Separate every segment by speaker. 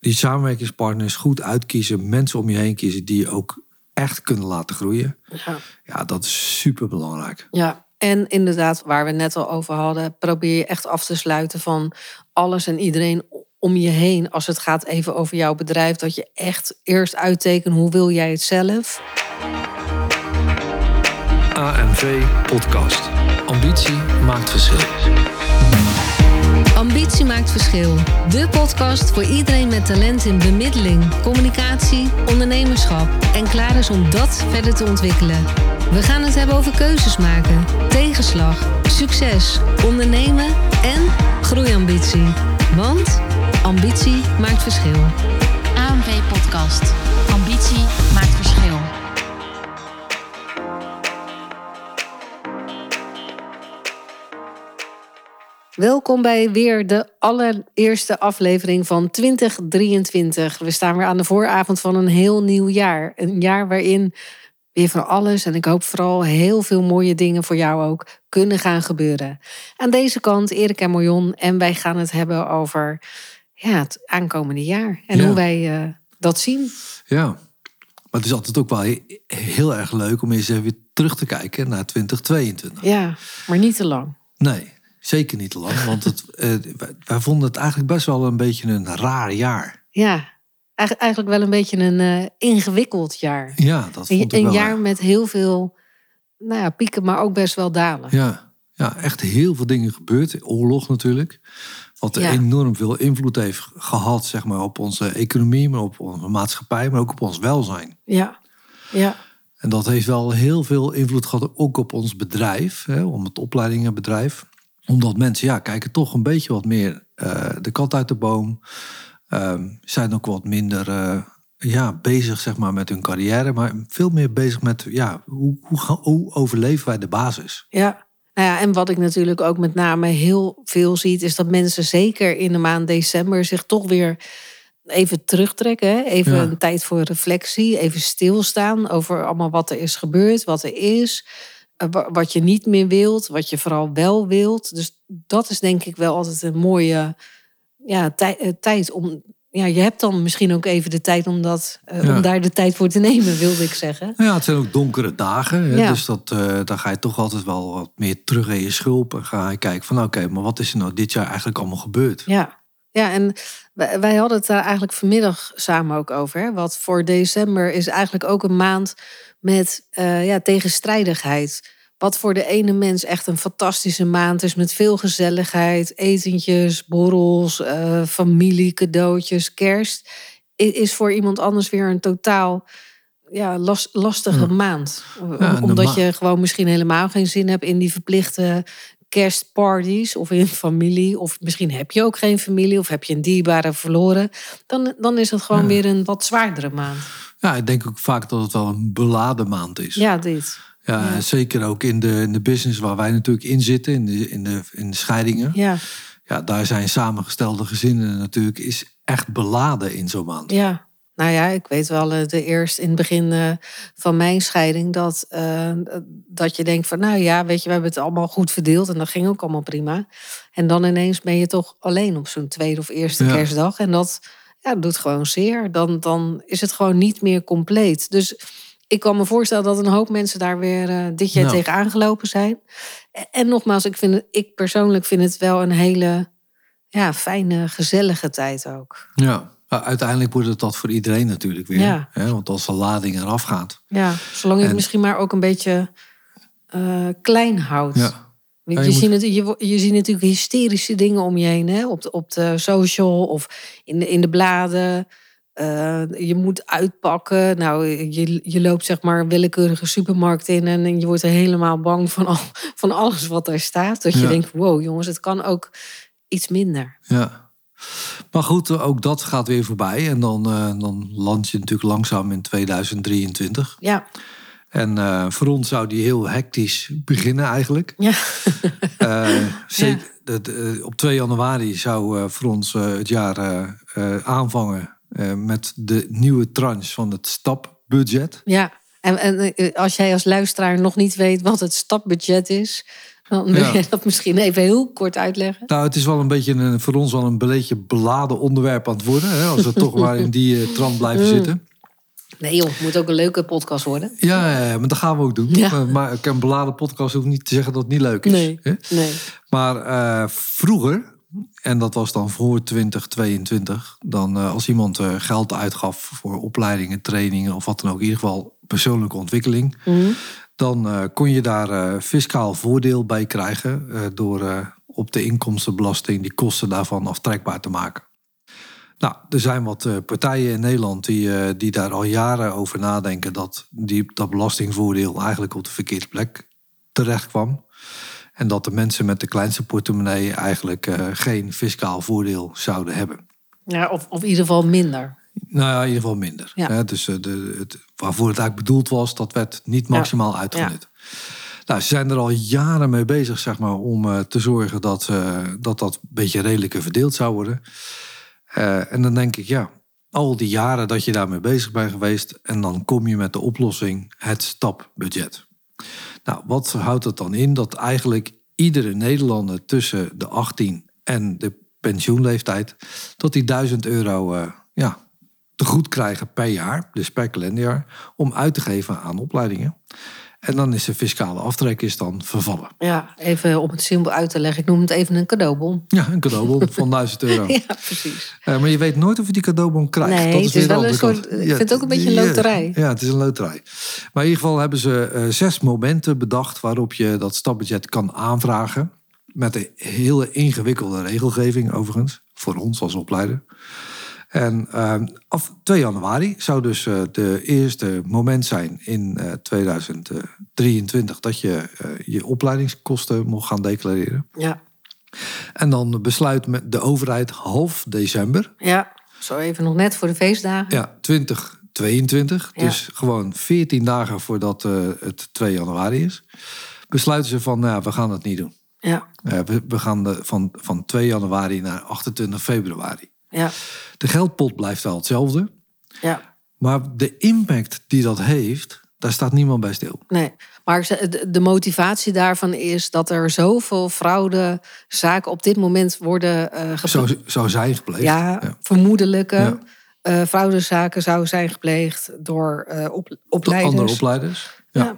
Speaker 1: die samenwerkingspartners goed uitkiezen, mensen om je heen kiezen die je ook echt kunnen laten groeien.
Speaker 2: Ja.
Speaker 1: Ja, dat is super belangrijk.
Speaker 2: Ja, en inderdaad, waar we het net al over hadden, probeer je echt af te sluiten van alles en iedereen om je heen. Als het gaat even over jouw bedrijf, dat je echt eerst uittekent hoe wil jij het zelf.
Speaker 1: AMV Podcast. Ambitie maakt verschil.
Speaker 3: Ambitie maakt verschil. De podcast voor iedereen met talent in bemiddeling, communicatie, ondernemerschap en klaar is om dat verder te ontwikkelen. We gaan het hebben over keuzes maken, tegenslag, succes, ondernemen en groeiambitie. Want ambitie maakt verschil.
Speaker 4: AMV Podcast. Ambitie maakt verschil.
Speaker 2: Welkom bij weer de allereerste aflevering van 2023. We staan weer aan de vooravond van een heel nieuw jaar. Een jaar waarin weer van alles en ik hoop vooral heel veel mooie dingen voor jou ook kunnen gaan gebeuren. Aan deze kant Erik en Marion en wij gaan het hebben over ja, het aankomende jaar en
Speaker 1: Ja.
Speaker 2: hoe wij eh, dat zien.
Speaker 1: Ja, maar het is altijd ook wel he- heel erg leuk om eens even terug te kijken naar 2022.
Speaker 2: Ja, maar niet te lang.
Speaker 1: Nee, zeker niet te lang, want het, eh, wij, wij vonden het eigenlijk best wel een beetje een raar jaar.
Speaker 2: Ja, eigen- eigenlijk wel een beetje een eh, ingewikkeld jaar.
Speaker 1: Ja, dat
Speaker 2: Een,
Speaker 1: vond ik
Speaker 2: een
Speaker 1: wel.
Speaker 2: jaar met heel veel nou ja, pieken, maar ook best wel dalen.
Speaker 1: Ja, ja, echt heel veel dingen gebeurd. Oorlog natuurlijk. Wat
Speaker 2: Ja.
Speaker 1: enorm veel invloed heeft gehad zeg maar, op onze economie, maar op onze maatschappij, maar ook op ons welzijn.
Speaker 2: Ja, ja,
Speaker 1: En dat heeft wel heel veel invloed gehad ook op ons bedrijf, hè, om het opleidingenbedrijf. Omdat mensen ja, kijken toch een beetje wat meer eh, de kat uit de boom. Ehm, zijn ook wat minder eh, ja, bezig zeg maar, met hun carrière, maar veel meer bezig met ja, hoe, hoe, gaan- hoe overleven wij de basis.
Speaker 2: ja. Nou ja, en wat ik natuurlijk ook met name heel veel zie, is dat mensen zeker in de maand december zich toch weer even terugtrekken. hè. Even
Speaker 1: Ja.
Speaker 2: een tijd voor reflectie, even stilstaan over allemaal wat er is gebeurd, wat er is. eh, wa- Wat je niet meer wilt, wat je vooral wel wilt. Dus dat is denk ik wel altijd een mooie ja, tij- eh, tijd om. Ja, je hebt dan misschien ook even de tijd om, dat, eh,
Speaker 1: Ja.
Speaker 2: om daar de tijd voor te nemen, wilde ik zeggen.
Speaker 1: Nou Ja, het zijn ook donkere dagen. Hè?
Speaker 2: Ja.
Speaker 1: Dus dat, eh dan ga je toch altijd wel wat meer terug in je schulp. En ga je kijken van oké, maar wat is er nou dit jaar eigenlijk allemaal gebeurd?
Speaker 2: Ja, ja en wij wij hadden het daar eigenlijk vanmiddag samen ook over. Hè? Wat voor december is eigenlijk ook een maand met eh, ja, tegenstrijdigheid. Wat voor de ene mens echt een fantastische maand is met veel gezelligheid, etentjes, borrels, eh, familie, cadeautjes, kerst. i- Is voor iemand anders weer een totaal ja, las- lastige
Speaker 1: Ja.
Speaker 2: maand. Om-
Speaker 1: Ja, en de
Speaker 2: Omdat
Speaker 1: ma-
Speaker 2: je gewoon misschien helemaal geen zin hebt in die verplichte kerstparties of in familie. Of misschien heb je ook geen familie of heb je een dierbare verloren. Dan, dan is het gewoon
Speaker 1: Ja.
Speaker 2: weer een wat zwaardere maand.
Speaker 1: Ja, ik denk ook vaak dat het wel een beladen maand is.
Speaker 2: Ja, dit.
Speaker 1: Ja,
Speaker 2: Ja.
Speaker 1: Zeker ook in de, in de business waar wij natuurlijk in zitten, in de, in de, in de scheidingen. Ja.
Speaker 2: Ja,
Speaker 1: daar zijn samengestelde gezinnen natuurlijk is echt beladen in zo'n maand.
Speaker 2: ja. Nou ja, ik weet wel eh, de eerst in het begin eh, van mijn scheiding dat, eh, dat je denkt van nou ja, weet je, we hebben het allemaal goed verdeeld en dat ging ook allemaal prima. En dan ineens ben je toch alleen op zo'n tweede of eerste
Speaker 1: Ja.
Speaker 2: kerstdag en dat ja, doet gewoon zeer. Dan, dan is het gewoon niet meer compleet. Dus ik kan me voorstellen dat een hoop mensen daar weer eh, dit jaar
Speaker 1: Nou.
Speaker 2: tegen aangelopen zijn. En, en nogmaals, ik, vind het, ik persoonlijk vind het wel een hele ja, fijne, gezellige tijd ook.
Speaker 1: Ja. Ja, Uiteindelijk wordt het dat voor iedereen natuurlijk weer.
Speaker 2: Ja.
Speaker 1: Hè? Want als de lading eraf gaat.
Speaker 2: Ja, zolang je het
Speaker 1: En-
Speaker 2: misschien maar ook een beetje eh, klein houdt.
Speaker 1: Ja.
Speaker 2: Want
Speaker 1: Ja,
Speaker 2: je,
Speaker 1: je moet-
Speaker 2: ziet het, je, wo- je ziet natuurlijk hysterische dingen om je heen. Hè? Op, de, op de social of in de, in de bladen. Eh, je moet uitpakken. Nou, je, je loopt zeg maar een willekeurige supermarkt in... en je wordt er helemaal bang van, al, van alles wat daar staat. Dat je
Speaker 1: Ja.
Speaker 2: denkt, wow jongens, het kan ook iets minder.
Speaker 1: Ja. Maar goed, eh, ook dat gaat weer voorbij. En dan, eh, dan land je natuurlijk langzaam in 2023.
Speaker 2: Ja,
Speaker 1: En eh, voor ons zou die heel hectisch beginnen eigenlijk.
Speaker 2: ja.
Speaker 1: Eh, zeker, dat, eh, op 2 januari zou eh, voor ons eh, het jaar eh, eh, aanvangen... eh, met de nieuwe tranche van het stapbudget.
Speaker 2: eh, ja. En, en eh, als jij als luisteraar nog niet weet wat het stapbudget is... Dan wil
Speaker 1: Ja.
Speaker 2: je dat misschien even heel kort uitleggen.
Speaker 1: Nou, het is wel een beetje een, voor ons wel een beetje beladen onderwerp aan het worden. Hè, als we toch maar in die eh, trant blijven zitten.
Speaker 2: Nee joh, het moet ook een leuke podcast worden.
Speaker 1: Ja, ja, ja, maar dat gaan we ook doen.
Speaker 2: Ja.
Speaker 1: Maar, maar ik- een beladen podcast hoeft niet te zeggen dat het niet leuk is.
Speaker 2: Nee.
Speaker 1: hè.
Speaker 2: Nee.
Speaker 1: Maar eh, vroeger, en dat was dan voor 2022, dan eh, als iemand eh, geld uitgaf voor opleidingen, trainingen of wat dan ook, in ieder geval persoonlijke ontwikkeling, dan eh, kon je daar eh, fiscaal voordeel bij krijgen eh, door eh, op de inkomstenbelasting die kosten daarvan aftrekbaar te maken. Nou, er zijn wat eh, partijen in Nederland die, eh, die daar al jaren over nadenken dat die, dat belastingvoordeel eigenlijk op de verkeerde plek terecht kwam. En dat de mensen met de kleinste portemonnee eigenlijk eh, geen fiscaal voordeel zouden hebben.
Speaker 2: Ja, of, of in ieder geval minder.
Speaker 1: Nou ja, in ieder geval minder.
Speaker 2: Ja.
Speaker 1: Hè, dus eh, de, het, waarvoor het eigenlijk bedoeld was, dat werd niet maximaal uitgenut. Nou, ze zijn er al jaren mee bezig, zeg maar, om eh, te zorgen dat, eh, dat dat een beetje redelijker verdeeld zou worden. Eh, en dan denk ik, ja, al die jaren dat je daarmee bezig bent geweest, en dan kom je met de oplossing het stapbudget. Nou, wat houdt dat dan in? Dat eigenlijk iedere Nederlander tussen de 18 en de pensioenleeftijd, dat die 1000 euro eh, ja, te goed krijgen per jaar, dus per kalenderjaar, om uit te geven aan opleidingen. En dan is de fiscale aftrek is dan vervallen.
Speaker 2: Ja, even om het simpel uit te leggen. Ik noem het even een cadeaubon.
Speaker 1: Ja, een cadeaubon van 1000 euro.
Speaker 2: Ja, precies.
Speaker 1: Eh, maar je weet nooit of je die cadeaubon krijgt.
Speaker 2: Nee,
Speaker 1: dat is
Speaker 2: het
Speaker 1: weer
Speaker 2: is
Speaker 1: de
Speaker 2: wel een
Speaker 1: andere
Speaker 2: soort-
Speaker 1: kant.
Speaker 2: ik vind het ook een beetje een
Speaker 1: ja,
Speaker 2: loterij.
Speaker 1: Ja, het is een loterij. Maar in ieder geval hebben ze eh, zes momenten bedacht waarop je dat stapbudget kan aanvragen. Met een hele ingewikkelde regelgeving overigens, voor ons als opleider. En eh, af 2 januari zou dus eh, de eerste moment zijn in eh, 2023 dat je eh, je opleidingskosten mocht gaan declareren.
Speaker 2: Ja,
Speaker 1: En dan besluit met de overheid half december
Speaker 2: ja. Zo even nog net voor de feestdagen.
Speaker 1: ja, 2022.
Speaker 2: Ja.
Speaker 1: Dus gewoon 14 dagen voordat eh, het 2 januari is. Besluiten ze van, nou, ja, we gaan dat niet doen.
Speaker 2: Ja,
Speaker 1: Eh, we, we gaan de, van, van 2 januari naar 28 februari.
Speaker 2: ja,
Speaker 1: De geldpot blijft wel hetzelfde.
Speaker 2: ja.
Speaker 1: Maar de impact die dat heeft, daar staat niemand bij stil.
Speaker 2: Nee, maar ze- de- de motivatie daarvan is dat er zoveel fraudezaken op dit moment worden eh gepleegd.
Speaker 1: Zo, zo zijn gepleegd.
Speaker 2: ja,
Speaker 1: Ja.
Speaker 2: vermoedelijke
Speaker 1: Ja.
Speaker 2: eh, fraudezaken zouden zijn gepleegd door eh op,
Speaker 1: Door
Speaker 2: opleiders.
Speaker 1: Andere opleiders. Ja.
Speaker 2: Ja.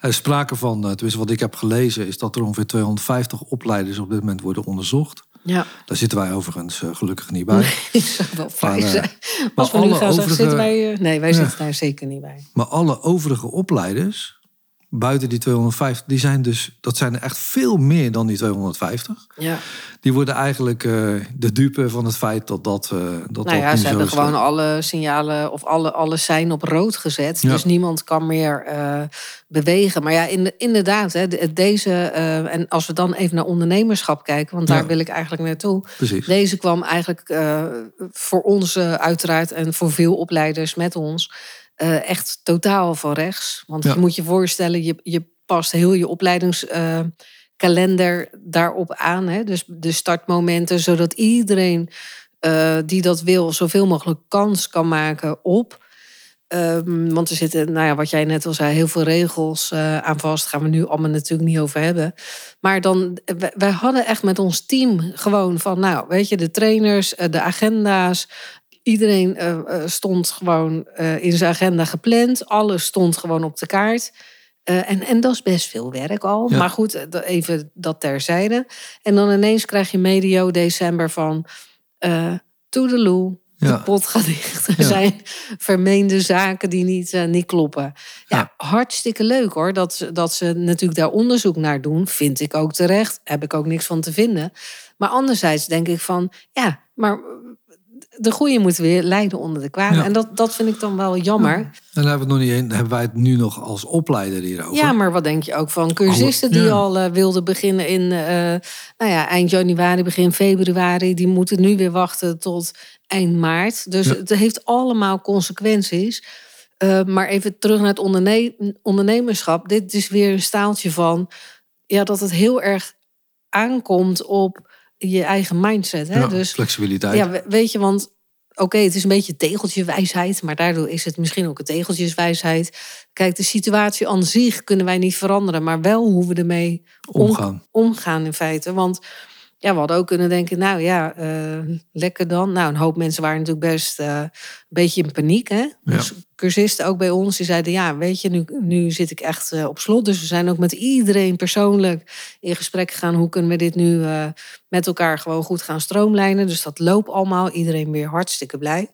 Speaker 1: Er is sprake van, eh, tenminste wat ik heb gelezen, is dat er ongeveer 250 opleiders op dit moment worden onderzocht.
Speaker 2: Ja,
Speaker 1: Daar zitten wij overigens eh, gelukkig niet bij.
Speaker 2: ik zou wel vrij
Speaker 1: Maar, eh,
Speaker 2: zijn. Als we
Speaker 1: alle
Speaker 2: nu gaan zeggen,
Speaker 1: overige-
Speaker 2: zitten wij... eh, nee, wij
Speaker 1: Ja.
Speaker 2: zitten daar zeker niet bij.
Speaker 1: Maar alle overige opleiders, buiten die 250, die zijn dus, dat zijn er echt veel meer dan die 250.
Speaker 2: Ja.
Speaker 1: Die worden eigenlijk eh, de dupe van het feit dat dat. eh, dat
Speaker 2: Nou
Speaker 1: dat
Speaker 2: ja,
Speaker 1: nu
Speaker 2: ze
Speaker 1: zo
Speaker 2: hebben
Speaker 1: is.
Speaker 2: gewoon alle signalen of alle, alle zijn op rood gezet.
Speaker 1: Ja.
Speaker 2: Dus niemand kan meer eh, bewegen. Maar ja, in de- inderdaad, hè, de- deze. eh, en als we dan even naar ondernemerschap kijken, want daar
Speaker 1: Ja.
Speaker 2: wil ik eigenlijk naartoe.
Speaker 1: Precies.
Speaker 2: Deze kwam eigenlijk eh, voor ons eh, uiteraard en voor veel opleiders met ons eh, echt totaal van rechts. Want
Speaker 1: Ja.
Speaker 2: je moet je voorstellen, je, je past heel je opleidingskalender eh, daarop aan. Hè? Dus de startmomenten, zodat iedereen eh, die dat wil zoveel mogelijk kans kan maken op. Ehm, want er zitten, nou ja, wat jij net al zei, heel veel regels eh, aan vast. Gaan we nu allemaal natuurlijk niet over hebben. Maar dan, eh, wij- wij hadden echt met ons team gewoon van, nou, weet je, de trainers, eh, de agenda's. Iedereen eh, eh, stond gewoon eh, in zijn agenda gepland. Alles stond gewoon op de kaart. Eh, en, en dat is best veel werk al.
Speaker 1: Ja.
Speaker 2: Maar goed, eh, dat- even dat terzijde. En dan ineens krijg je medio december van... eh toedeloe, de
Speaker 1: Ja.
Speaker 2: pot gaat dicht. Er
Speaker 1: Ja.
Speaker 2: zijn vermeende zaken die niet, eh, niet kloppen. Ja,
Speaker 1: Ja.
Speaker 2: hartstikke leuk hoor. Dat, ze- dat ze natuurlijk daar onderzoek naar doen. Vind ik ook terecht. Heb ik ook niks van te vinden. Maar anderzijds denk ik van... Ja, maar de goede moet weer lijden onder de kwade.
Speaker 1: Ja.
Speaker 2: En dat, dat vind ik dan wel jammer.
Speaker 1: En daar hebben we het nog niet heen, hebben wij het nu nog als opleider hierover.
Speaker 2: Ja, maar wat denk je ook van cursisten die
Speaker 1: ja.
Speaker 2: al eh, wilden beginnen in eh, nou ja, eind januari, begin februari. Die moeten nu weer wachten tot eind maart. Dus
Speaker 1: Ja.
Speaker 2: het heeft allemaal consequenties. Eh, maar even terug naar het onderne- ondernemerschap. Dit is weer een staaltje van ja, dat het heel erg aankomt op je eigen mindset. Hè?
Speaker 1: Ja,
Speaker 2: dus
Speaker 1: flexibiliteit.
Speaker 2: ja, we- weet je, want oké, het is een beetje tegeltjewijsheid, maar daardoor is het misschien ook een tegeltjeswijsheid. Kijk, de situatie aan zich kunnen wij niet veranderen, maar wel hoe we ermee
Speaker 1: Omgaan.
Speaker 2: omgaan in feite. Want ja, we hadden ook kunnen denken, nou ja, eh, lekker dan. Nou, een hoop mensen waren natuurlijk best eh, een beetje in paniek. Hè? Dus cursisten ook bij ons, die zeiden, ja, weet je, nu, nu zit ik echt eh, op slot. Dus we zijn ook met iedereen persoonlijk in gesprek gegaan. Hoe kunnen we dit nu eh, met elkaar gewoon goed gaan stroomlijnen? Dus dat loopt allemaal. Iedereen weer hartstikke blij.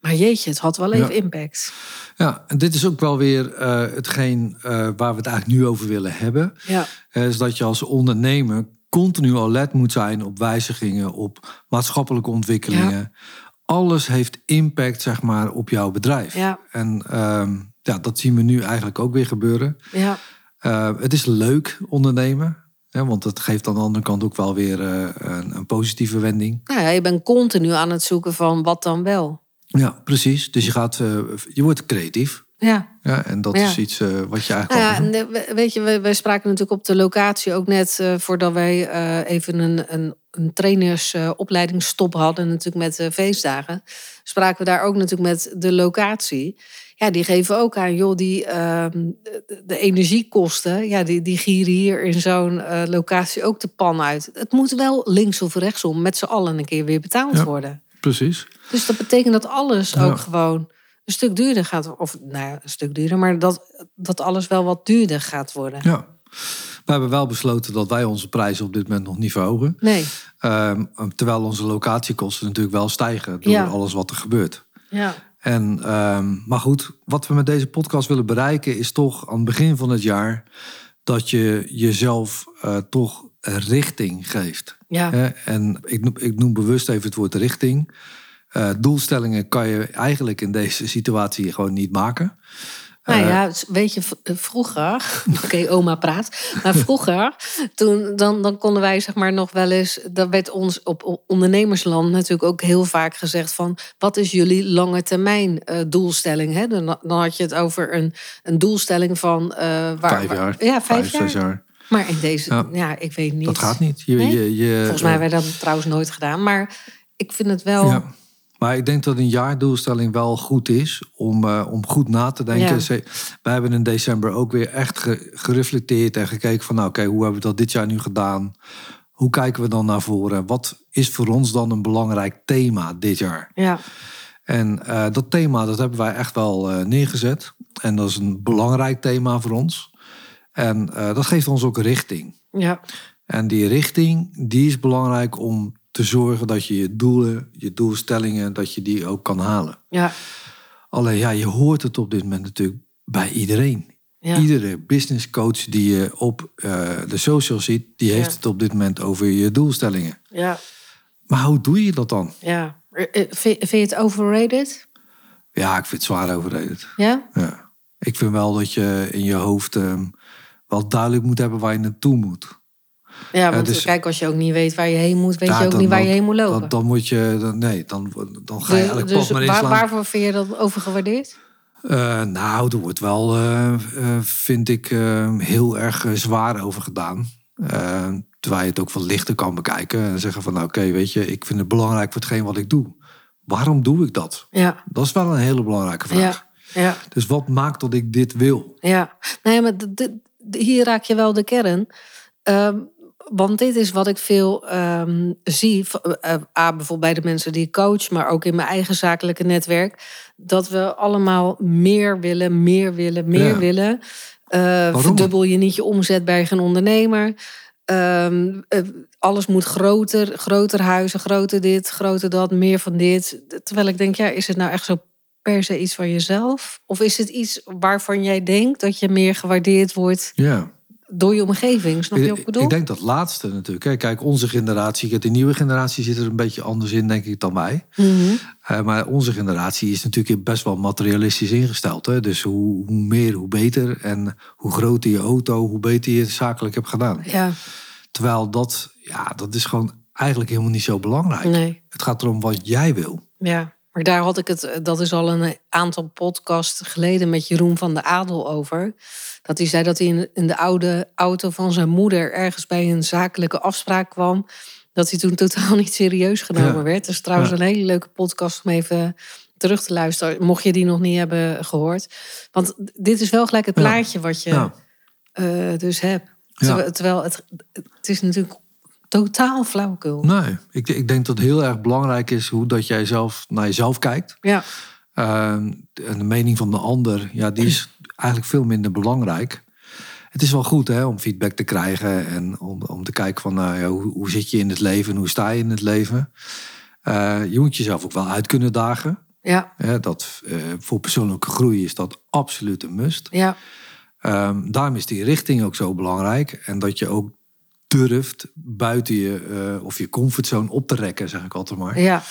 Speaker 2: Maar jeetje, het had wel even
Speaker 1: Ja.
Speaker 2: impact.
Speaker 1: Ja, en dit is ook wel weer eh, hetgeen eh, waar we het eigenlijk nu over willen hebben.
Speaker 2: Ja,
Speaker 1: Eh, is dat je als ondernemer continu alert moet zijn op wijzigingen, op maatschappelijke ontwikkelingen. Alles heeft impact, zeg maar, op jouw bedrijf.
Speaker 2: Ja.
Speaker 1: En ehm, ja, dat zien we nu eigenlijk ook weer gebeuren.
Speaker 2: ja,
Speaker 1: Eh, het is leuk ondernemen. Hè, want dat geeft aan de andere kant ook wel weer eh, een, een positieve wending.
Speaker 2: nou ja, je bent continu aan het zoeken van wat dan wel.
Speaker 1: Ja, precies. Dus je, gaat, eh, je wordt creatief.
Speaker 2: Ja,
Speaker 1: Ja, en dat
Speaker 2: Ja.
Speaker 1: is iets eh, wat je eigenlijk
Speaker 2: Nou
Speaker 1: al
Speaker 2: ja, en de- we- weet je, we- wij spraken natuurlijk op de locatie ook net eh, voordat wij eh, even een, een, een trainersopleidingsstop hadden, natuurlijk met eh, feestdagen. Spraken we daar ook natuurlijk met de locatie. Ja, die geven ook aan, joh, die ehm, de, de energiekosten, ja, die, die gieren hier in zo'n eh, locatie ook de pan uit. Het moet wel links of rechtsom met z'n allen een keer weer betaald
Speaker 1: Ja.
Speaker 2: worden.
Speaker 1: Precies.
Speaker 2: Dus dat betekent dat alles
Speaker 1: Ja.
Speaker 2: ook gewoon een stuk duurder gaat. Of nou ja, een stuk duurder, maar dat, dat alles wel wat duurder gaat worden.
Speaker 1: Ja. We hebben wel besloten dat wij onze prijzen op dit moment nog niet verhogen.
Speaker 2: Nee.
Speaker 1: Ehm, terwijl onze locatiekosten natuurlijk wel stijgen door
Speaker 2: Ja.
Speaker 1: alles wat er gebeurt.
Speaker 2: Ja.
Speaker 1: En, ehm, maar goed, wat we met deze podcast willen bereiken is toch aan het begin van het jaar dat je jezelf eh, toch een richting geeft.
Speaker 2: Ja.
Speaker 1: Hè? En ik noem, ik noem bewust even het woord richting. Eh, doelstellingen kan je eigenlijk in deze situatie gewoon niet maken.
Speaker 2: Nou ja, s- weet je, v- eh, vroeger, oké, oma praat, maar vroeger, toen, dan, dan konden wij zeg maar nog wel eens, dat werd ons op o- ondernemersland natuurlijk ook heel vaak gezegd van, wat is jullie lange termijn eh, doelstelling? Hè? Dan, dan had je het over een, een doelstelling van... eh, waar,
Speaker 1: Vijf
Speaker 2: waar-
Speaker 1: jaar.
Speaker 2: Ja, vijf, jaar.
Speaker 1: zes jaar.
Speaker 2: Maar in deze,
Speaker 1: Ja.
Speaker 2: ja, ik weet niet.
Speaker 1: Dat gaat niet. Je,
Speaker 2: Nee?
Speaker 1: je, je,
Speaker 2: Volgens mij hebben wij dat trouwens nooit gedaan. Maar ik vind het wel.
Speaker 1: eh. Ja. Maar ik denk dat een jaardoelstelling wel goed is om, eh, om goed na te denken.
Speaker 2: Ja.
Speaker 1: Ze- Wij hebben in december ook weer echt ge- gereflecteerd en gekeken van... nou, oké, hoe hebben we dat dit jaar nu gedaan? Hoe kijken we dan naar voren? Wat is voor ons dan een belangrijk thema dit jaar?
Speaker 2: Ja,
Speaker 1: En eh, dat thema, dat hebben wij echt wel eh, neergezet. En dat is een belangrijk thema voor ons. En eh, dat geeft ons ook richting.
Speaker 2: ja,
Speaker 1: En die richting, die is belangrijk om te zorgen dat je je doelen, je doelstellingen, dat je die ook kan halen.
Speaker 2: ja.
Speaker 1: Alleen ja, je hoort het op dit moment natuurlijk bij iedereen.
Speaker 2: ja.
Speaker 1: Iedere business coach die je op eh, de social ziet, die heeft
Speaker 2: Ja.
Speaker 1: het op dit moment over je doelstellingen.
Speaker 2: ja,
Speaker 1: Maar hoe doe je dat dan?
Speaker 2: ja. Eh, eh, Vind, vind je het overrated?
Speaker 1: Ja, ik vind het zwaar overredend.
Speaker 2: Ja?
Speaker 1: Ja. Ik vind wel dat je in je hoofd eh, wel duidelijk moet hebben waar je naartoe moet.
Speaker 2: Ja, want
Speaker 1: dus-
Speaker 2: kijk, als je ook niet weet waar je heen moet, weet
Speaker 1: Ja,
Speaker 2: je ook
Speaker 1: dan-
Speaker 2: niet waar
Speaker 1: dan-
Speaker 2: je heen moet lopen.
Speaker 1: Dan, dan moet je, dan, nee, dan, dan ga je
Speaker 2: Dus-
Speaker 1: eigenlijk
Speaker 2: dus
Speaker 1: pas maar
Speaker 2: waar-
Speaker 1: inslaan.
Speaker 2: waarvoor vind je dat overgewaardeerd?
Speaker 1: Eh, nou, er wordt wel, eh, eh, vind ik, eh, heel erg eh, zwaar over gedaan. Eh, terwijl je het ook wat lichter kan bekijken. En zeggen van, nou, oké, weet je, ik vind het belangrijk voor hetgeen wat ik doe. Waarom doe ik dat?
Speaker 2: Ja,
Speaker 1: Dat is wel een hele belangrijke vraag.
Speaker 2: ja.
Speaker 1: Dus wat maakt dat ik dit wil?
Speaker 2: Ja, nee, maar d- d- d- hier raak je wel de kern. Ehm, want dit is wat ik veel ehm, zie. v- eh, A, bijvoorbeeld bij de mensen die ik coach, maar ook in mijn eigen zakelijke netwerk. Dat we allemaal meer willen, meer willen, meer
Speaker 1: Ja.
Speaker 2: willen. Eh, verdubbel je niet je omzet bij geen ondernemer. Ehm, eh, alles moet groter, groter huizen, groter dit, groter dat, meer van dit. Terwijl ik denk, ja, is het nou echt zo per se iets van jezelf? Of is het iets waarvan jij denkt dat je meer gewaardeerd wordt
Speaker 1: Ja.
Speaker 2: door je omgeving? Snap je wat ik bedoel?
Speaker 1: Eh, denk dat laatste natuurlijk. hè. Kijk, onze generatie, de nieuwe generatie zit er een beetje anders in, denk ik, dan wij.
Speaker 2: Mhm.
Speaker 1: Eh, maar onze generatie is natuurlijk best wel materialistisch ingesteld. Hè? Dus hoe, hoe meer, hoe beter. En hoe groter je auto, hoe beter je het zakelijk hebt gedaan.
Speaker 2: Ja,
Speaker 1: Terwijl dat, ja, dat is gewoon eigenlijk helemaal niet zo belangrijk.
Speaker 2: nee.
Speaker 1: Het gaat erom wat jij wil.
Speaker 2: Ja. Maar daar had ik het, eh, dat is al een aantal podcasts geleden met Jeroen van de Adel over. Dat hij zei dat hij in, in de oude auto van zijn moeder ergens bij een zakelijke afspraak kwam. Dat hij toen totaal niet serieus genomen
Speaker 1: Ja.
Speaker 2: werd. Dat is trouwens
Speaker 1: Ja.
Speaker 2: een hele leuke podcast om even terug te luisteren. Mocht je die nog niet hebben gehoord. Want dit is wel gelijk het
Speaker 1: Ja.
Speaker 2: plaatje wat je
Speaker 1: Ja.
Speaker 2: eh, dus hebt.
Speaker 1: Ja.
Speaker 2: Terwijl- Terwijl het, het is natuurlijk totaal flauwekul.
Speaker 1: Nou, Nee, ik, ik denk dat het heel erg belangrijk is hoe dat jij zelf naar jezelf kijkt.
Speaker 2: Ja,
Speaker 1: Ehm, en de mening van de ander, ja, die is eigenlijk veel minder belangrijk. Het is wel goed hè, om feedback te krijgen en om, om te kijken van nou ja, hoe, hoe zit je in het leven en hoe sta je in het leven. Eh, je moet jezelf ook wel uit kunnen dagen.
Speaker 2: ja,
Speaker 1: Hè, dat, eh, voor persoonlijke groei is dat absoluut een must.
Speaker 2: ja.
Speaker 1: Ehm, daarom is die richting ook zo belangrijk. En dat je ook durft buiten je eh, of je comfortzone op te rekken, zeg ik altijd maar.
Speaker 2: ja.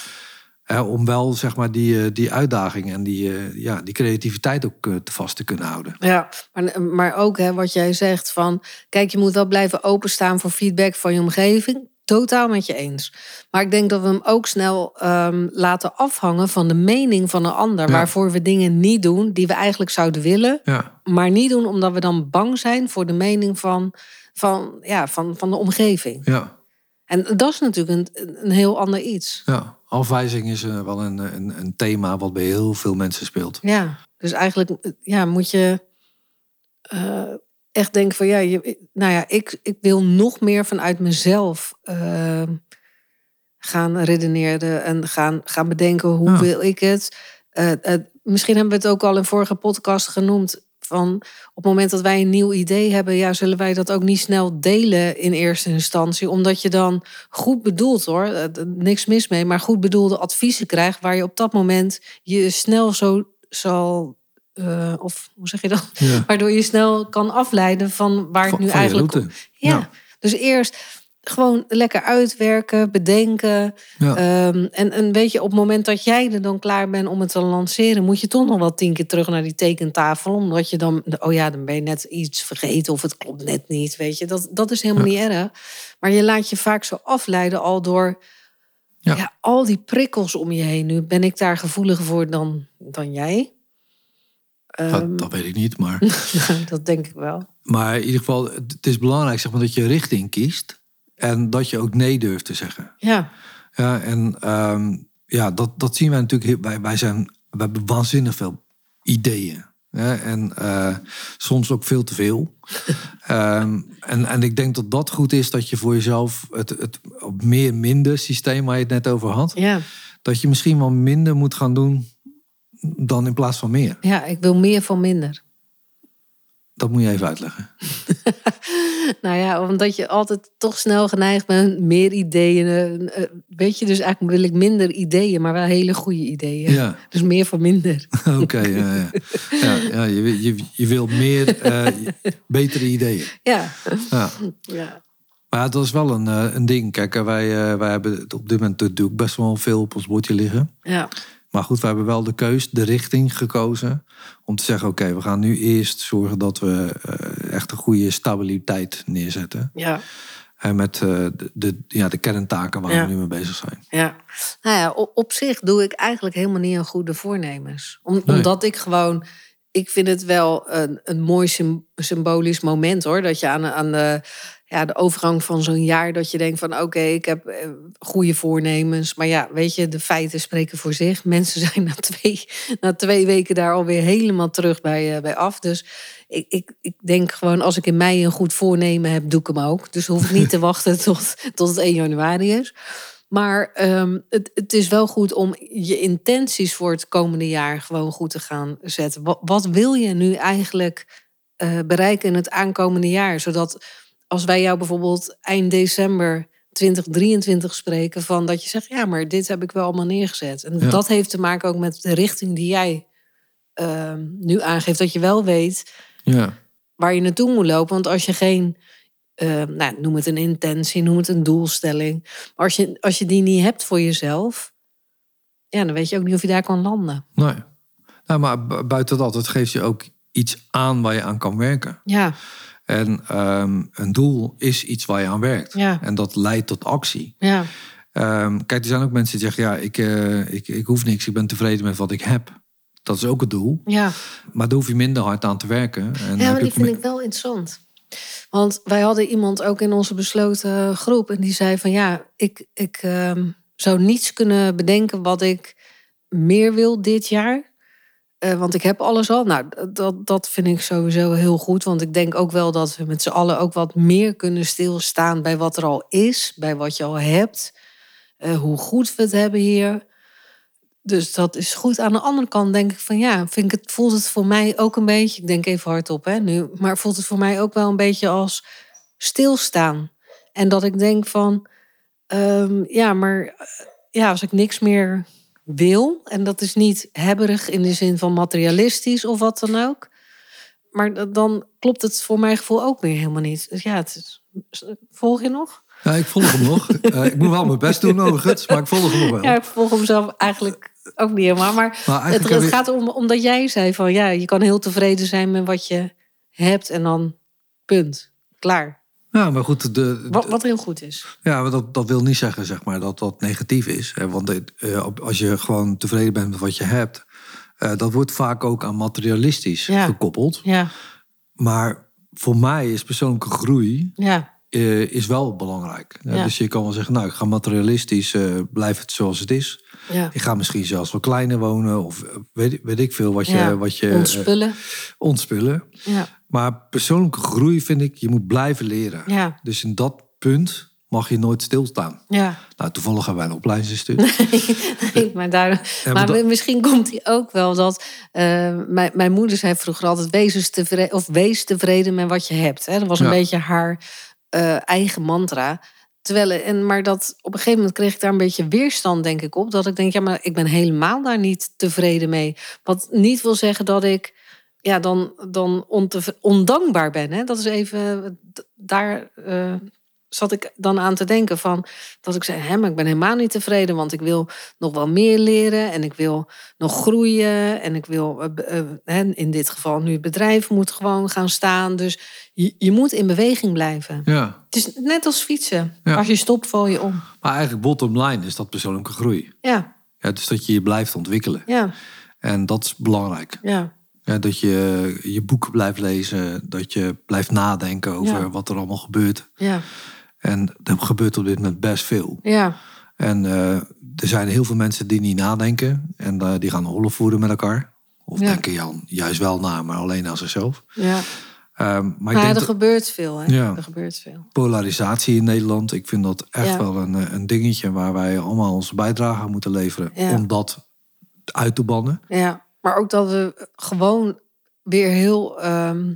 Speaker 1: Hè, om wel zeg maar, die, eh, die uitdaging en die, eh, ja, die creativiteit ook eh, te vast te kunnen houden.
Speaker 2: Ja, maar, maar ook hè, wat jij zegt van... kijk, je moet wel blijven openstaan voor feedback van je omgeving. Totaal met je eens. Maar ik denk dat we hem ook snel ehm, laten afhangen van de mening van een ander...
Speaker 1: Ja.
Speaker 2: waarvoor we dingen niet doen die we eigenlijk zouden willen...
Speaker 1: Ja,
Speaker 2: maar niet doen omdat we dan bang zijn voor de mening van, van, ja, van, van de omgeving.
Speaker 1: ja,
Speaker 2: En dat is natuurlijk een, een heel ander iets.
Speaker 1: ja. Afwijzing is eh, wel een, een, een thema wat bij heel veel mensen speelt.
Speaker 2: Ja, dus eigenlijk ja, moet je eh, echt denken van ja, je, nou ja, ik, ik wil nog meer vanuit mezelf eh, gaan redeneren en gaan, gaan bedenken hoe
Speaker 1: Ja.
Speaker 2: wil ik het. Eh, eh, misschien hebben we het ook al in vorige podcast genoemd. Van op het moment dat wij een nieuw idee hebben, ja, zullen wij dat ook niet snel delen in eerste instantie. Omdat je dan goed bedoeld hoor, eh, d- niks mis mee, maar goed bedoelde adviezen krijgt waar je op dat moment je snel zo zal. eh, of hoe zeg je dat?
Speaker 1: Ja.
Speaker 2: Waardoor je snel kan afleiden van waar het
Speaker 1: Van-
Speaker 2: nu
Speaker 1: van je
Speaker 2: eigenlijk
Speaker 1: route.
Speaker 2: Ja.
Speaker 1: Ja.
Speaker 2: Dus eerst gewoon lekker uitwerken, bedenken.
Speaker 1: Ja.
Speaker 2: Ehm, en, en weet je, op het moment dat jij er dan klaar bent om het te lanceren, moet je toch nog wel tien keer terug naar die tekentafel. Omdat je dan, oh ja, dan ben je net iets vergeten of het klopt net niet. Weet je, dat, dat is helemaal niet erg. Maar je laat je vaak zo afleiden al door
Speaker 1: Ja.
Speaker 2: ja. al die prikkels om je heen. Nu ben ik daar gevoeliger voor dan, dan jij. Ehm,
Speaker 1: Dat, dat weet ik niet, maar,
Speaker 2: dat denk ik wel.
Speaker 1: maar in ieder geval, het het is belangrijk zeg maar, dat je richting kiest en dat je ook nee durft te zeggen.
Speaker 2: Ja,
Speaker 1: Ja, en ehm, ja, dat, dat zien wij natuurlijk. heel- Wij, wij, zijn, wij hebben waanzinnig veel ideeën. Hè? En eh, soms ook veel te veel. Ehm, en, en ik denk dat dat goed is dat je voor jezelf het, het meer-minder systeem waar je het net over had.
Speaker 2: ja.
Speaker 1: Dat je misschien wel minder moet gaan doen dan in plaats van meer.
Speaker 2: ja, ik wil meer van minder.
Speaker 1: Dat moet je even uitleggen.
Speaker 2: Nou ja, omdat je altijd toch snel geneigd bent, meer ideeën. eh, eh, Weet je, dus eigenlijk wil ik minder ideeën, maar wel hele goede ideeën.
Speaker 1: Ja.
Speaker 2: Dus meer van minder.
Speaker 1: Oké, ja, ja. ja, ja, je, wil- je, je wil meer, eh, betere ideeën.
Speaker 2: Ja.
Speaker 1: Ja.
Speaker 2: ja.
Speaker 1: Maar ja, dat is wel een, eh, een ding. Kijk, eh, wij, eh, wij hebben het op dit moment natuurlijk best wel veel op ons bordje liggen.
Speaker 2: Ja.
Speaker 1: Maar goed, we hebben wel de keus, de richting gekozen. Om te zeggen, oké, we gaan nu eerst zorgen dat we eh, echt een goede stabiliteit neerzetten.
Speaker 2: Ja.
Speaker 1: En met eh, de, de, ja, de kerntaken waar
Speaker 2: Ja.
Speaker 1: we nu mee bezig zijn.
Speaker 2: Ja. Nou ja, o- op, zich doe ik eigenlijk helemaal niet aan goede voornemens. Om,
Speaker 1: Nee.
Speaker 2: Omdat ik gewoon... Ik vind het wel een, een mooi sym- symbolisch moment hoor. Dat je aan, aan de, ja, de overgang van zo'n jaar... dat je denkt van oké, ik heb eh, goede voornemens. Maar ja, weet je, de feiten spreken voor zich. Mensen zijn na twee, na twee weken daar alweer helemaal terug bij, eh, bij af. Dus ik, ik, ik denk gewoon als ik in mei een goed voornemen heb, doe ik hem ook. Dus hoef ik niet te wachten tot, tot het 1 januari is. Maar ehm, het, het is wel goed om je intenties voor het komende jaar gewoon goed te gaan zetten. Wat, wat wil je nu eigenlijk eh, bereiken in het aankomende jaar? Zodat als wij jou bijvoorbeeld eind december 2023 spreken, van dat je zegt: ja, maar dit heb ik wel allemaal neergezet. En
Speaker 1: Ja.
Speaker 2: dat heeft te maken ook met de richting die jij ehm, nu aangeeft. Dat je wel weet
Speaker 1: Ja,
Speaker 2: waar je naartoe moet lopen. Want als je geen, eh, nou, noem het een intentie, noem het een doelstelling. Maar als je, als je die niet hebt voor jezelf, ja, dan weet je ook niet of je daar kan landen.
Speaker 1: nee. Nou, maar bu- buiten dat, het geeft je ook iets aan waar je aan kan werken.
Speaker 2: Ja,
Speaker 1: En ehm, een doel is iets waar je aan werkt.
Speaker 2: Ja.
Speaker 1: En dat leidt tot actie.
Speaker 2: ja,
Speaker 1: Ehm, kijk, er zijn ook mensen die zeggen: ja, ik, eh, ik, ik hoef niks, ik ben tevreden met wat ik heb. Dat is ook het doel.
Speaker 2: ja.
Speaker 1: Maar daar hoef je minder hard aan te werken. En heb
Speaker 2: Ja, maar
Speaker 1: je
Speaker 2: die
Speaker 1: ook
Speaker 2: vind
Speaker 1: mi-
Speaker 2: ik wel interessant. Want wij hadden iemand ook in onze besloten groep. En die zei van ja, ik, ik ehm, zou niets kunnen bedenken wat ik meer wil dit jaar. Eh, want ik heb alles al. Nou, d- dat, dat vind ik sowieso heel goed. Want ik denk ook wel dat we met z'n allen ook wat meer kunnen stilstaan bij wat er al is, bij wat je al hebt, eh, hoe goed we het hebben hier. Dus dat is goed. Aan de andere kant denk ik van ja, vind ik het, voelt het voor mij ook een beetje, ik denk even hardop hè, nu, maar voelt het voor mij ook wel een beetje als stilstaan. En dat ik denk van ehm, ja, maar eh, ja, als ik niks meer wil, en dat is niet hebberig in de zin van materialistisch of wat dan ook, maar dat- dan klopt het voor mijn gevoel ook weer helemaal niet. Dus ja, het is, volg je nog?
Speaker 1: Ja, ik volg hem nog. Eh, ik moet wel mijn best doen overigens, maar ik volg hem nog wel.
Speaker 2: Ja, ik volg hem zelf eigenlijk ook niet helemaal, maar
Speaker 1: maar
Speaker 2: Het,
Speaker 1: eigenlijk
Speaker 2: het
Speaker 1: heb ik-
Speaker 2: gaat om, omdat jij zei van ja, je kan heel tevreden zijn met wat je hebt en dan punt. Klaar.
Speaker 1: Ja, maar goed, de, de-
Speaker 2: Wat, wat heel goed is.
Speaker 1: Ja, maar dat, dat wil niet zeggen zeg maar, dat dat negatief is. Hè? Want eh, op- als je gewoon tevreden bent met wat je hebt, eh, dat wordt vaak ook aan materialistisch
Speaker 2: Ja.
Speaker 1: gekoppeld.
Speaker 2: Ja,
Speaker 1: Maar voor mij is persoonlijke groei
Speaker 2: ja,
Speaker 1: eh, is wel belangrijk. Ja,
Speaker 2: Ja.
Speaker 1: Dus je kan wel zeggen, nou, ik ga materialistisch, eh blijf het zoals het is.
Speaker 2: ja.
Speaker 1: Ik ga misschien zelfs wel kleiner wonen of eh, weet, weet ik veel wat je,
Speaker 2: Ja,
Speaker 1: wat je eh,
Speaker 2: Ontspullen.
Speaker 1: ontspullen.
Speaker 2: Ja,
Speaker 1: Maar persoonlijke groei vind ik, je moet blijven leren.
Speaker 2: ja,
Speaker 1: Dus in dat punt mag je nooit stilstaan.
Speaker 2: ja.
Speaker 1: Nou, toevallig hebben wij een opleidingsinstituut.
Speaker 2: Nee, maar daar,
Speaker 1: maar
Speaker 2: maar
Speaker 1: dat-
Speaker 2: misschien komt die ook wel dat. eh, mijn, mijn moeder zei vroeger altijd: wees, eens tevreden, of wees tevreden met wat je hebt. Hè? Dat was een
Speaker 1: Ja.
Speaker 2: beetje haar eh, eigen mantra. Terwijl, en, maar dat, op een gegeven moment kreeg ik daar een beetje weerstand, denk ik, op. Dat ik denk: ja, maar ik ben helemaal daar niet tevreden mee. Wat niet wil zeggen dat ik ja, dan, dan onteve- ondankbaar ben. Hè? Dat is even. d- Daar eh, zat ik dan aan te denken van. Dat ik zei: hè, maar ik ben helemaal niet tevreden, want ik wil nog wel meer leren en ik wil nog groeien en ik wil eh, be- eh, hè, in dit geval nu het bedrijf moet gewoon gaan staan. Dus je, je moet in beweging blijven.
Speaker 1: Ja,
Speaker 2: Het is net als fietsen.
Speaker 1: Ja.
Speaker 2: Als je stopt val je om.
Speaker 1: maar eigenlijk bottom line is dat persoonlijke groei.
Speaker 2: Ja,
Speaker 1: Ja, dus dat je je blijft ontwikkelen.
Speaker 2: ja,
Speaker 1: En dat is belangrijk.
Speaker 2: ja,
Speaker 1: Ja, dat je eh, je boeken blijft lezen, dat je blijft nadenken over
Speaker 2: Ja.
Speaker 1: wat er allemaal gebeurt.
Speaker 2: ja,
Speaker 1: En er gebeurt op dit moment best veel.
Speaker 2: ja,
Speaker 1: En eh, er zijn heel veel mensen die niet nadenken en eh, die gaan oorlog voeren met elkaar. Of
Speaker 2: Ja.
Speaker 1: denken Jan juist wel na, maar alleen aan zichzelf.
Speaker 2: ja.
Speaker 1: Ehm, maar ik
Speaker 2: Maar ja,
Speaker 1: denk
Speaker 2: er
Speaker 1: dat
Speaker 2: gebeurt veel. Hè?
Speaker 1: Ja.
Speaker 2: Er gebeurt veel.
Speaker 1: polarisatie in Nederland, ik vind dat echt
Speaker 2: Ja.
Speaker 1: wel een, eh, een dingetje waar wij allemaal onze bijdrage aan moeten leveren.
Speaker 2: Ja.
Speaker 1: Om dat uit te bannen.
Speaker 2: Ja, maar ook dat we gewoon weer heel ehm,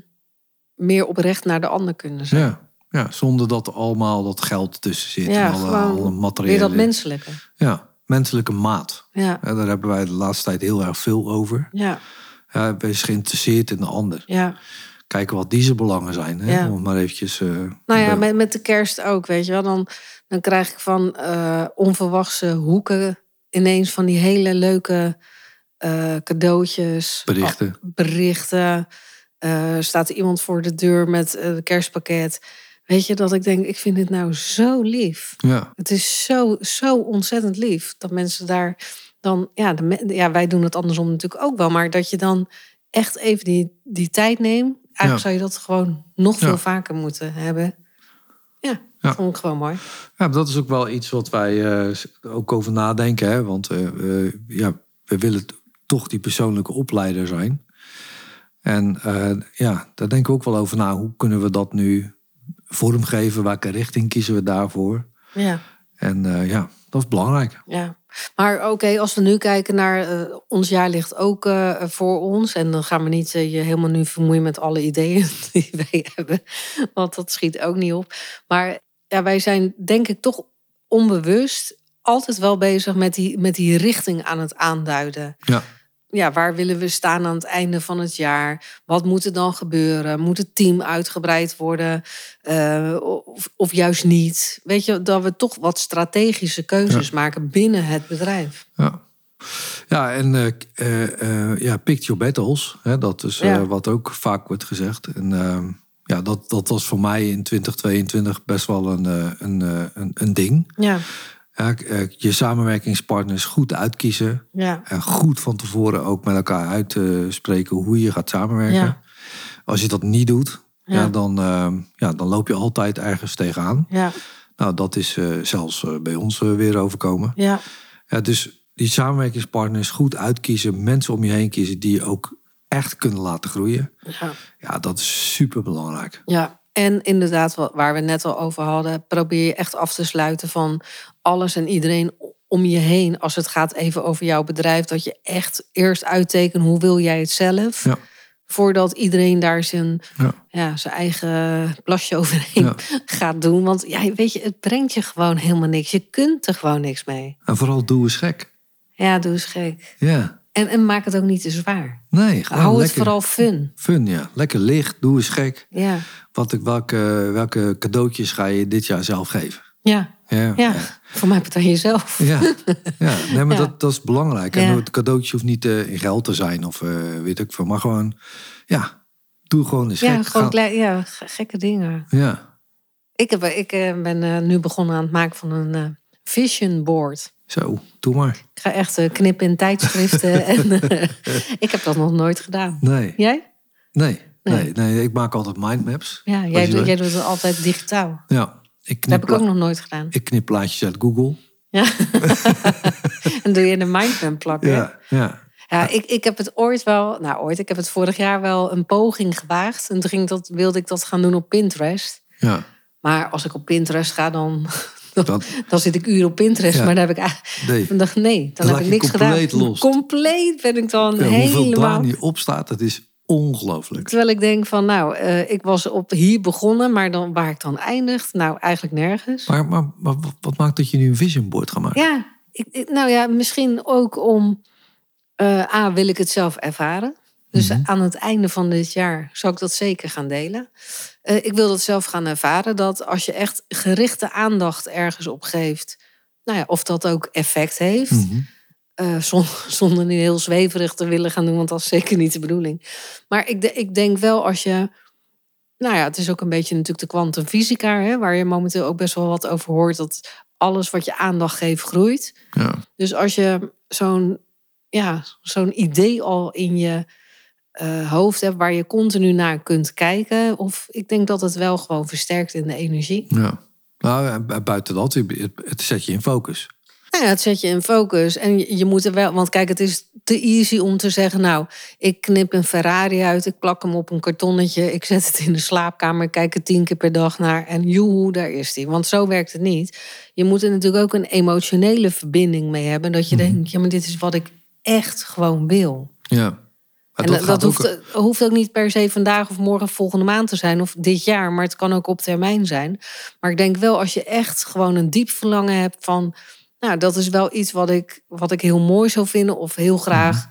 Speaker 2: meer oprecht naar de ander kunnen zijn.
Speaker 1: Ja. Ja, zonder dat allemaal dat geld tussen zit.
Speaker 2: Ja,
Speaker 1: en alle,
Speaker 2: gewoon
Speaker 1: alle
Speaker 2: weer
Speaker 1: materiële...
Speaker 2: dat menselijke.
Speaker 1: Ja, menselijke maat.
Speaker 2: Ja,
Speaker 1: Ja, daar hebben wij de laatste tijd heel erg veel over.
Speaker 2: ja,
Speaker 1: Ja, wees geïnteresseerd in de ander.
Speaker 2: ja.
Speaker 1: Kijken wat die zijn belangen zijn. Hè?
Speaker 2: Ja.
Speaker 1: Om het maar eventjes... eh,
Speaker 2: Nou ja,
Speaker 1: be-
Speaker 2: met, met de kerst ook, weet je wel. Dan, dan krijg ik van eh, onverwachte hoeken ineens van die hele leuke eh, cadeautjes.
Speaker 1: Berichten.
Speaker 2: Oh, berichten. Eh, staat er iemand voor de deur met eh, een kerstpakket. Weet je, dat ik denk, ik vind dit nou zo lief.
Speaker 1: Ja,
Speaker 2: Het is zo, zo ontzettend lief dat mensen daar dan, ja, de me- ja, wij doen het andersom natuurlijk ook wel, maar dat je dan echt even die, die tijd neemt. Eigenlijk
Speaker 1: Ja.
Speaker 2: zou je dat gewoon nog
Speaker 1: Ja.
Speaker 2: veel vaker moeten hebben. Ja,
Speaker 1: Ja.
Speaker 2: vond ik gewoon mooi.
Speaker 1: ja maar dat is ook wel iets wat wij eh, ook over nadenken. Hè? Want eh, eh, ja, we willen t- toch die persoonlijke opleider zijn. En eh, ja, daar denken we ook wel over na. Hoe kunnen we dat nu vormgeven? Welke richting kiezen we daarvoor?
Speaker 2: Ja,
Speaker 1: En eh, ja, dat is belangrijk.
Speaker 2: ja. Maar oké, als we nu kijken naar eh, ons jaar ligt ook eh, voor ons. En dan gaan we niet eh, je helemaal nu vermoeien met alle ideeën die wij hebben. Want dat schiet ook niet op. Maar ja, wij zijn denk ik toch onbewust altijd wel bezig met die, met die richting aan het aanduiden.
Speaker 1: Ja.
Speaker 2: Ja, waar willen we staan aan het einde van het jaar? Wat moet er dan gebeuren? Moet het team uitgebreid worden? Eh, of, of juist niet? Weet je, dat we toch wat strategische keuzes maken binnen het bedrijf.
Speaker 1: Ja, ja en eh, k- eh, eh, ja, pick your battles. Hè, dat is eh,
Speaker 2: Ja.
Speaker 1: wat ook vaak wordt gezegd. En eh, ja, dat, dat was voor mij in 2022 best wel een, eh, een, eh, een, een ding.
Speaker 2: Ja,
Speaker 1: Ja, k- eh, je samenwerkingspartners goed uitkiezen.
Speaker 2: ja,
Speaker 1: En goed van tevoren ook met elkaar uitspreken hoe je gaat samenwerken.
Speaker 2: Ja.
Speaker 1: Als je dat niet doet, Ja. dan, eh, ja, dan loop je altijd ergens tegenaan.
Speaker 2: Ja,
Speaker 1: Nou, dat is eh, zelfs eh, bij ons eh, weer overkomen.
Speaker 2: ja,
Speaker 1: Ja, dus die samenwerkingspartners goed uitkiezen, mensen om je heen kiezen die je ook echt kunnen laten groeien.
Speaker 2: ja.
Speaker 1: Ja, dat is super belangrijk.
Speaker 2: ja. En inderdaad, wa- waar we net al over hadden, probeer je echt af te sluiten van alles en iedereen om je heen. Als het gaat even over jouw bedrijf, dat je echt eerst uittekent hoe wil jij het zelf.
Speaker 1: Ja.
Speaker 2: Voordat iedereen daar zijn,
Speaker 1: Ja.
Speaker 2: ja. zijn eigen plasje overheen
Speaker 1: Ja.
Speaker 2: gaat doen. Want ja, weet je, het brengt je gewoon helemaal niks. Je kunt er gewoon niks mee.
Speaker 1: En vooral doe eens gek.
Speaker 2: Ja, doe eens gek.
Speaker 1: Ja,
Speaker 2: En, en maak het ook niet te zwaar.
Speaker 1: nee, gewoon
Speaker 2: Hou het
Speaker 1: Oh, lekker
Speaker 2: vooral fun.
Speaker 1: fun, ja. Lekker licht, doe eens gek.
Speaker 2: Ja,
Speaker 1: Wat, welke, welke cadeautjes ga je dit jaar zelf geven?
Speaker 2: ja,
Speaker 1: Ja,
Speaker 2: ja. Voor mij betaal je jezelf.
Speaker 1: Ja, ja. Nee, maar
Speaker 2: Ja.
Speaker 1: Dat, dat is belangrijk. En
Speaker 2: Ja.
Speaker 1: het cadeautje hoeft niet eh, in geld te zijn of eh, weet ik veel. Maar gewoon, ja, doe gewoon eens
Speaker 2: Ja,
Speaker 1: gek.
Speaker 2: gewoon
Speaker 1: Ga-
Speaker 2: klein, ja, ge- gekke dingen.
Speaker 1: Ja,
Speaker 2: Ik, heb, ik eh, ben eh, nu begonnen aan het maken van een eh, vision board.
Speaker 1: zo, doe maar.
Speaker 2: Ik ga echt eh, knippen in tijdschriften. en, eh, ik heb dat nog nooit gedaan.
Speaker 1: Nee,
Speaker 2: Jij?
Speaker 1: nee, nee,
Speaker 2: Nee.
Speaker 1: nee. Ik maak altijd mindmaps.
Speaker 2: Ja,
Speaker 1: Wat
Speaker 2: jij,
Speaker 1: je
Speaker 2: doet,
Speaker 1: zei.
Speaker 2: jij doet het altijd digitaal.
Speaker 1: Ja, ik
Speaker 2: Dat
Speaker 1: knip,
Speaker 2: heb ik ook
Speaker 1: pla-
Speaker 2: nog nooit gedaan.
Speaker 1: ik knip plaatjes uit Google.
Speaker 2: Ja. en doe je in de mindmap plakken. hè?
Speaker 1: Ja, ja.
Speaker 2: Ja, ik, ik heb het ooit wel, nou ooit, ik heb het vorig jaar wel een poging gewaagd. En toen ging dat, wilde ik dat gaan doen op Pinterest.
Speaker 1: ja.
Speaker 2: Maar als ik op Pinterest ga, dan,
Speaker 1: Dat,
Speaker 2: dan zit ik uren op Pinterest.
Speaker 1: Ja.
Speaker 2: Maar dan heb ik eigenlijk-
Speaker 1: nee.
Speaker 2: dan dacht ik, nee, dan
Speaker 1: Dan
Speaker 2: heb
Speaker 1: laat je
Speaker 2: ik niks
Speaker 1: compleet
Speaker 2: gedaan.
Speaker 1: los.
Speaker 2: Compleet ben ik dan
Speaker 1: Ja, hoeveel
Speaker 2: helemaal.
Speaker 1: daar hier op staat, dat is ongelooflijk.
Speaker 2: Terwijl ik denk van, nou, eh, ik was op hier begonnen, maar dan waar ik dan eindigt, nou eigenlijk nergens.
Speaker 1: Maar, maar, maar wat maakt dat je nu een vision board gaat maken?
Speaker 2: Ja, ik, ik- nou ja, misschien ook om. eh, A, wil ik het zelf ervaren. Dus
Speaker 1: Mhm.
Speaker 2: aan het einde van dit jaar zou ik dat zeker gaan delen. Eh, ik wil dat zelf gaan ervaren. Dat als je echt gerichte aandacht ergens op geeft. Nou ja, of dat ook effect heeft.
Speaker 1: Mhm.
Speaker 2: Eh, zon- zonder nu heel zweverig te willen gaan doen, want dat is zeker niet de bedoeling. Maar ik, de- ik denk wel als je. Nou ja, het is ook een beetje natuurlijk de kwantumfysica, hè, waar je momenteel ook best wel wat over hoort. Dat alles wat je aandacht geeft groeit.
Speaker 1: Ja.
Speaker 2: Dus als je zo'n ja, zo'n idee al in je eh, hoofd hebt waar je continu naar kunt kijken. Of ik denk dat het wel gewoon versterkt in de energie.
Speaker 1: Ja. Nou, en bu- buiten dat, het, het zet je in focus.
Speaker 2: Nou ja, het zet je in focus. En je, je moet er wel, want kijk, het is te easy om te zeggen: Nou, ik knip een Ferrari uit, ik plak hem op een kartonnetje, ik zet het in de slaapkamer, ik kijk er tien keer per dag naar en joehoe, daar is die. Want zo werkt het niet. Je moet er natuurlijk ook een emotionele verbinding mee hebben, dat je
Speaker 1: Mhm.
Speaker 2: denkt: Ja, maar dit is wat ik echt gewoon wil.
Speaker 1: Ja. Maar
Speaker 2: en dat,
Speaker 1: gaat
Speaker 2: dat hoeft, eh,
Speaker 1: ook,
Speaker 2: hoeft ook niet per se vandaag of morgen of volgende maand te zijn of dit jaar, maar het kan ook op termijn zijn. Maar ik denk wel als je echt gewoon een diep verlangen hebt van, nou dat is wel iets wat ik, wat ik heel mooi zou vinden of heel graag
Speaker 1: Mhm.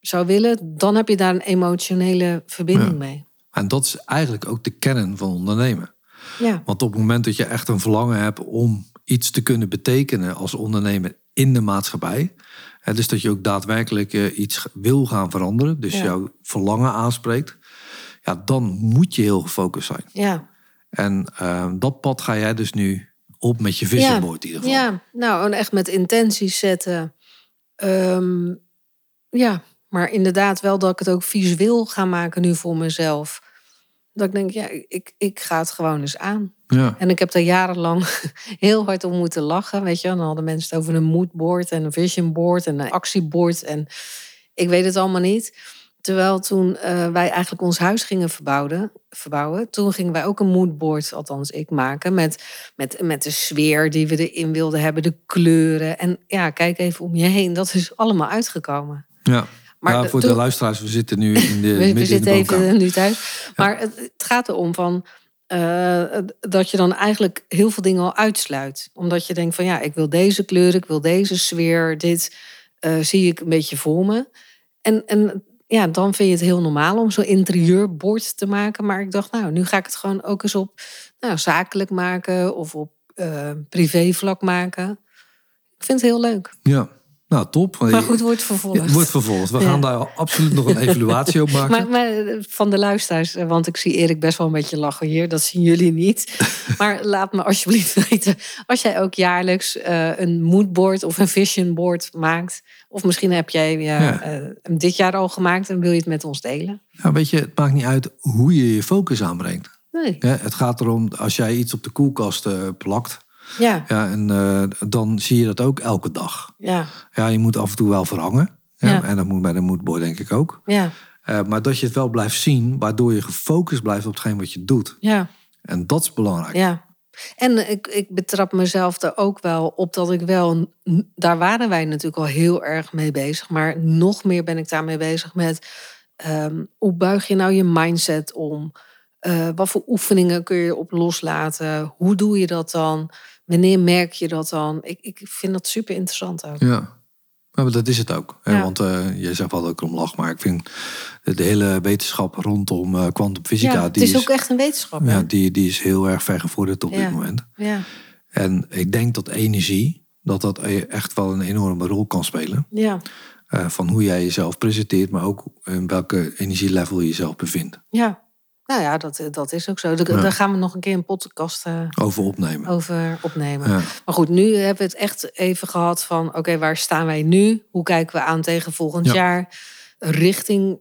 Speaker 2: zou willen, dan heb je daar een emotionele verbinding
Speaker 1: Ja.
Speaker 2: mee.
Speaker 1: en dat is eigenlijk ook de kern van ondernemen.
Speaker 2: Ja,
Speaker 1: Want op het moment dat je echt een verlangen hebt om iets te kunnen betekenen als ondernemer in de maatschappij. Hè, dus dat je ook daadwerkelijk eh, iets g- wil gaan veranderen. Dus
Speaker 2: Ja.
Speaker 1: jouw verlangen aanspreekt. Ja, dan moet je heel gefocust zijn.
Speaker 2: ja.
Speaker 1: En eh, dat pad ga jij dus nu op met je vision
Speaker 2: Ja.
Speaker 1: board in ieder geval.
Speaker 2: ja. nou en echt met intenties zetten. Ehm, ja, maar inderdaad wel dat ik het ook visueel ga maken nu voor mezelf. Dat ik denk, ja, ik, ik ga het gewoon eens aan.
Speaker 1: Ja.
Speaker 2: En ik heb daar jarenlang heel hard om moeten lachen. Weet je, wel. dan hadden mensen het over een moodboard en een visionboard en een actieboard. En ik weet het allemaal niet. Terwijl toen eh, wij eigenlijk ons huis gingen verbouwen, verbouwen, toen gingen wij ook een moodboard, althans ik, maken. Met, met, met de sfeer die we erin wilden hebben, de kleuren. En ja, kijk even om je heen, dat is allemaal uitgekomen.
Speaker 1: Ja.
Speaker 2: Maar
Speaker 1: Ja,
Speaker 2: de-
Speaker 1: voor de
Speaker 2: toen-
Speaker 1: luisteraars, we zitten nu in de, eh,
Speaker 2: we, we
Speaker 1: midden in de
Speaker 2: zitten
Speaker 1: woonkamer.
Speaker 2: even nu thuis. Maar het, het gaat erom van eh, dat je dan eigenlijk heel veel dingen al uitsluit. Omdat je denkt van ja, ik wil deze kleur, ik wil deze sfeer, dit eh, zie ik een beetje voor me. En, en ja, dan vind je het heel normaal om zo'n interieurbord te maken. Maar ik dacht, nou, nu ga ik het gewoon ook eens op nou, zakelijk maken of op eh privévlak maken. Ik vind het heel leuk.
Speaker 1: Ja, nou top.
Speaker 2: eh, Maar goed, wordt vervolgd.
Speaker 1: wordt vervolgd. We
Speaker 2: Ja.
Speaker 1: gaan daar absoluut nog een evaluatie op maken.
Speaker 2: Maar, maar eh, van de luisteraars, eh, want ik zie Erik best wel een beetje lachen hier. Dat zien jullie niet. Maar laat me alsjeblieft weten. Als jij ook jaarlijks eh, een moodboard of een visionboard maakt. Of misschien heb jij eh,
Speaker 1: Ja.
Speaker 2: eh, hem dit jaar al gemaakt en wil je het met ons delen.
Speaker 1: Ja, weet je, het maakt niet uit hoe je je focus aanbrengt.
Speaker 2: Nee.
Speaker 1: Hè, het gaat erom, als jij iets op de koelkast eh, plakt,
Speaker 2: Ja,
Speaker 1: ja, en, eh, dan zie je dat ook elke dag.
Speaker 2: ja,
Speaker 1: Ja, je moet af en toe wel verhangen. Ja,
Speaker 2: Ja.
Speaker 1: En dat moet bij de moodboard denk ik ook.
Speaker 2: ja,
Speaker 1: Eh, maar dat je het wel blijft zien, waardoor je gefocust blijft op hetgeen wat je doet.
Speaker 2: ja,
Speaker 1: En dat is belangrijk.
Speaker 2: ja. En eh, ik, ik betrap mezelf er ook wel op dat ik wel, daar waren wij natuurlijk al heel erg mee bezig, maar nog meer ben ik daarmee bezig met ehm, hoe buig je nou je mindset om? Eh, wat voor oefeningen kun je op loslaten? Hoe doe je dat dan? Wanneer merk je dat dan? Ik, ik vind dat super interessant ook.
Speaker 1: Ja. Ja, maar dat is het ook. Hè?
Speaker 2: Ja.
Speaker 1: Want eh, jij zegt wel dat ik erom lach, maar ik vind de, de hele wetenschap rondom eh, kwantumfysica,
Speaker 2: het
Speaker 1: die,
Speaker 2: is
Speaker 1: is,
Speaker 2: ook echt een wetenschap. hè?
Speaker 1: ja, die, die is heel erg vergevorderd op
Speaker 2: Ja.
Speaker 1: dit moment.
Speaker 2: ja.
Speaker 1: En ik denk dat energie, dat dat e- echt wel een enorme rol kan spelen.
Speaker 2: ja.
Speaker 1: Eh, van hoe jij jezelf presenteert, maar ook in welke energielevel je jezelf bevindt.
Speaker 2: Ja, nou ja, dat, dat is ook zo. Daar,
Speaker 1: Ja.
Speaker 2: daar gaan we nog een keer een podcast eh,
Speaker 1: Over opnemen.
Speaker 2: over opnemen.
Speaker 1: Ja.
Speaker 2: Maar goed, nu hebben we het echt even gehad van... oké, waar staan wij nu? Hoe kijken we aan tegen volgend
Speaker 1: Ja.
Speaker 2: jaar? Een Richting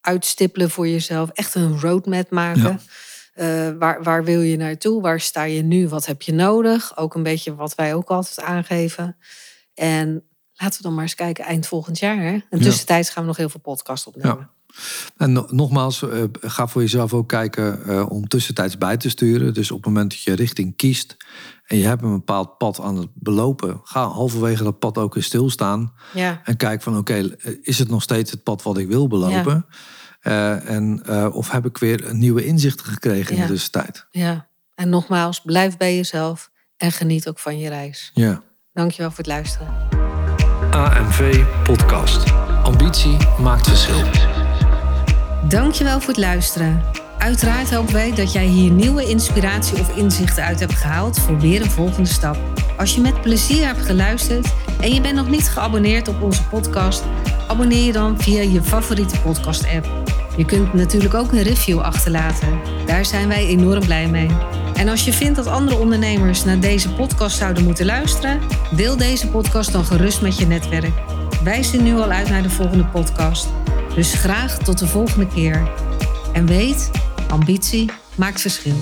Speaker 2: uitstippelen voor jezelf. Echt een roadmap maken.
Speaker 1: Ja.
Speaker 2: Eh, waar, waar wil je naartoe? Waar sta je nu? Wat heb je nodig? Ook een beetje wat wij ook altijd aangeven. En laten we dan maar eens kijken eind volgend jaar. Hè? En
Speaker 1: Ja.
Speaker 2: tussentijds gaan we nog heel veel podcasts opnemen.
Speaker 1: En no- nogmaals, eh, ga voor jezelf ook kijken eh, om tussentijds bij te sturen. Dus op het moment dat je richting kiest en je hebt een bepaald pad aan het belopen, ga halverwege dat pad ook eens stilstaan.
Speaker 2: Ja,
Speaker 1: En kijk van oké, eh, is het nog steeds het pad wat ik wil belopen? Eh, en, eh, of heb ik weer een nieuwe inzichten gekregen in
Speaker 2: Ja.
Speaker 1: de tussentijd?
Speaker 2: ja. En nogmaals, blijf bij jezelf en geniet ook van je reis.
Speaker 1: Ja.
Speaker 2: Dankjewel voor het luisteren.
Speaker 1: AMV Podcast. Ambitie maakt verschil.
Speaker 3: Dankjewel voor het luisteren. Uiteraard hopen wij dat jij hier nieuwe inspiratie of inzichten uit hebt gehaald voor weer een volgende stap. Als je met plezier hebt geluisterd en je bent nog niet geabonneerd op onze podcast, abonneer je dan via je favoriete podcast-app. Je kunt natuurlijk ook een review achterlaten. Daar zijn wij enorm blij mee. En als je vindt dat andere ondernemers naar deze podcast zouden moeten luisteren, deel deze podcast dan gerust met je netwerk. Wij zien nu al uit naar de volgende podcast. Dus graag tot de volgende keer. En weet, ambitie maakt verschil.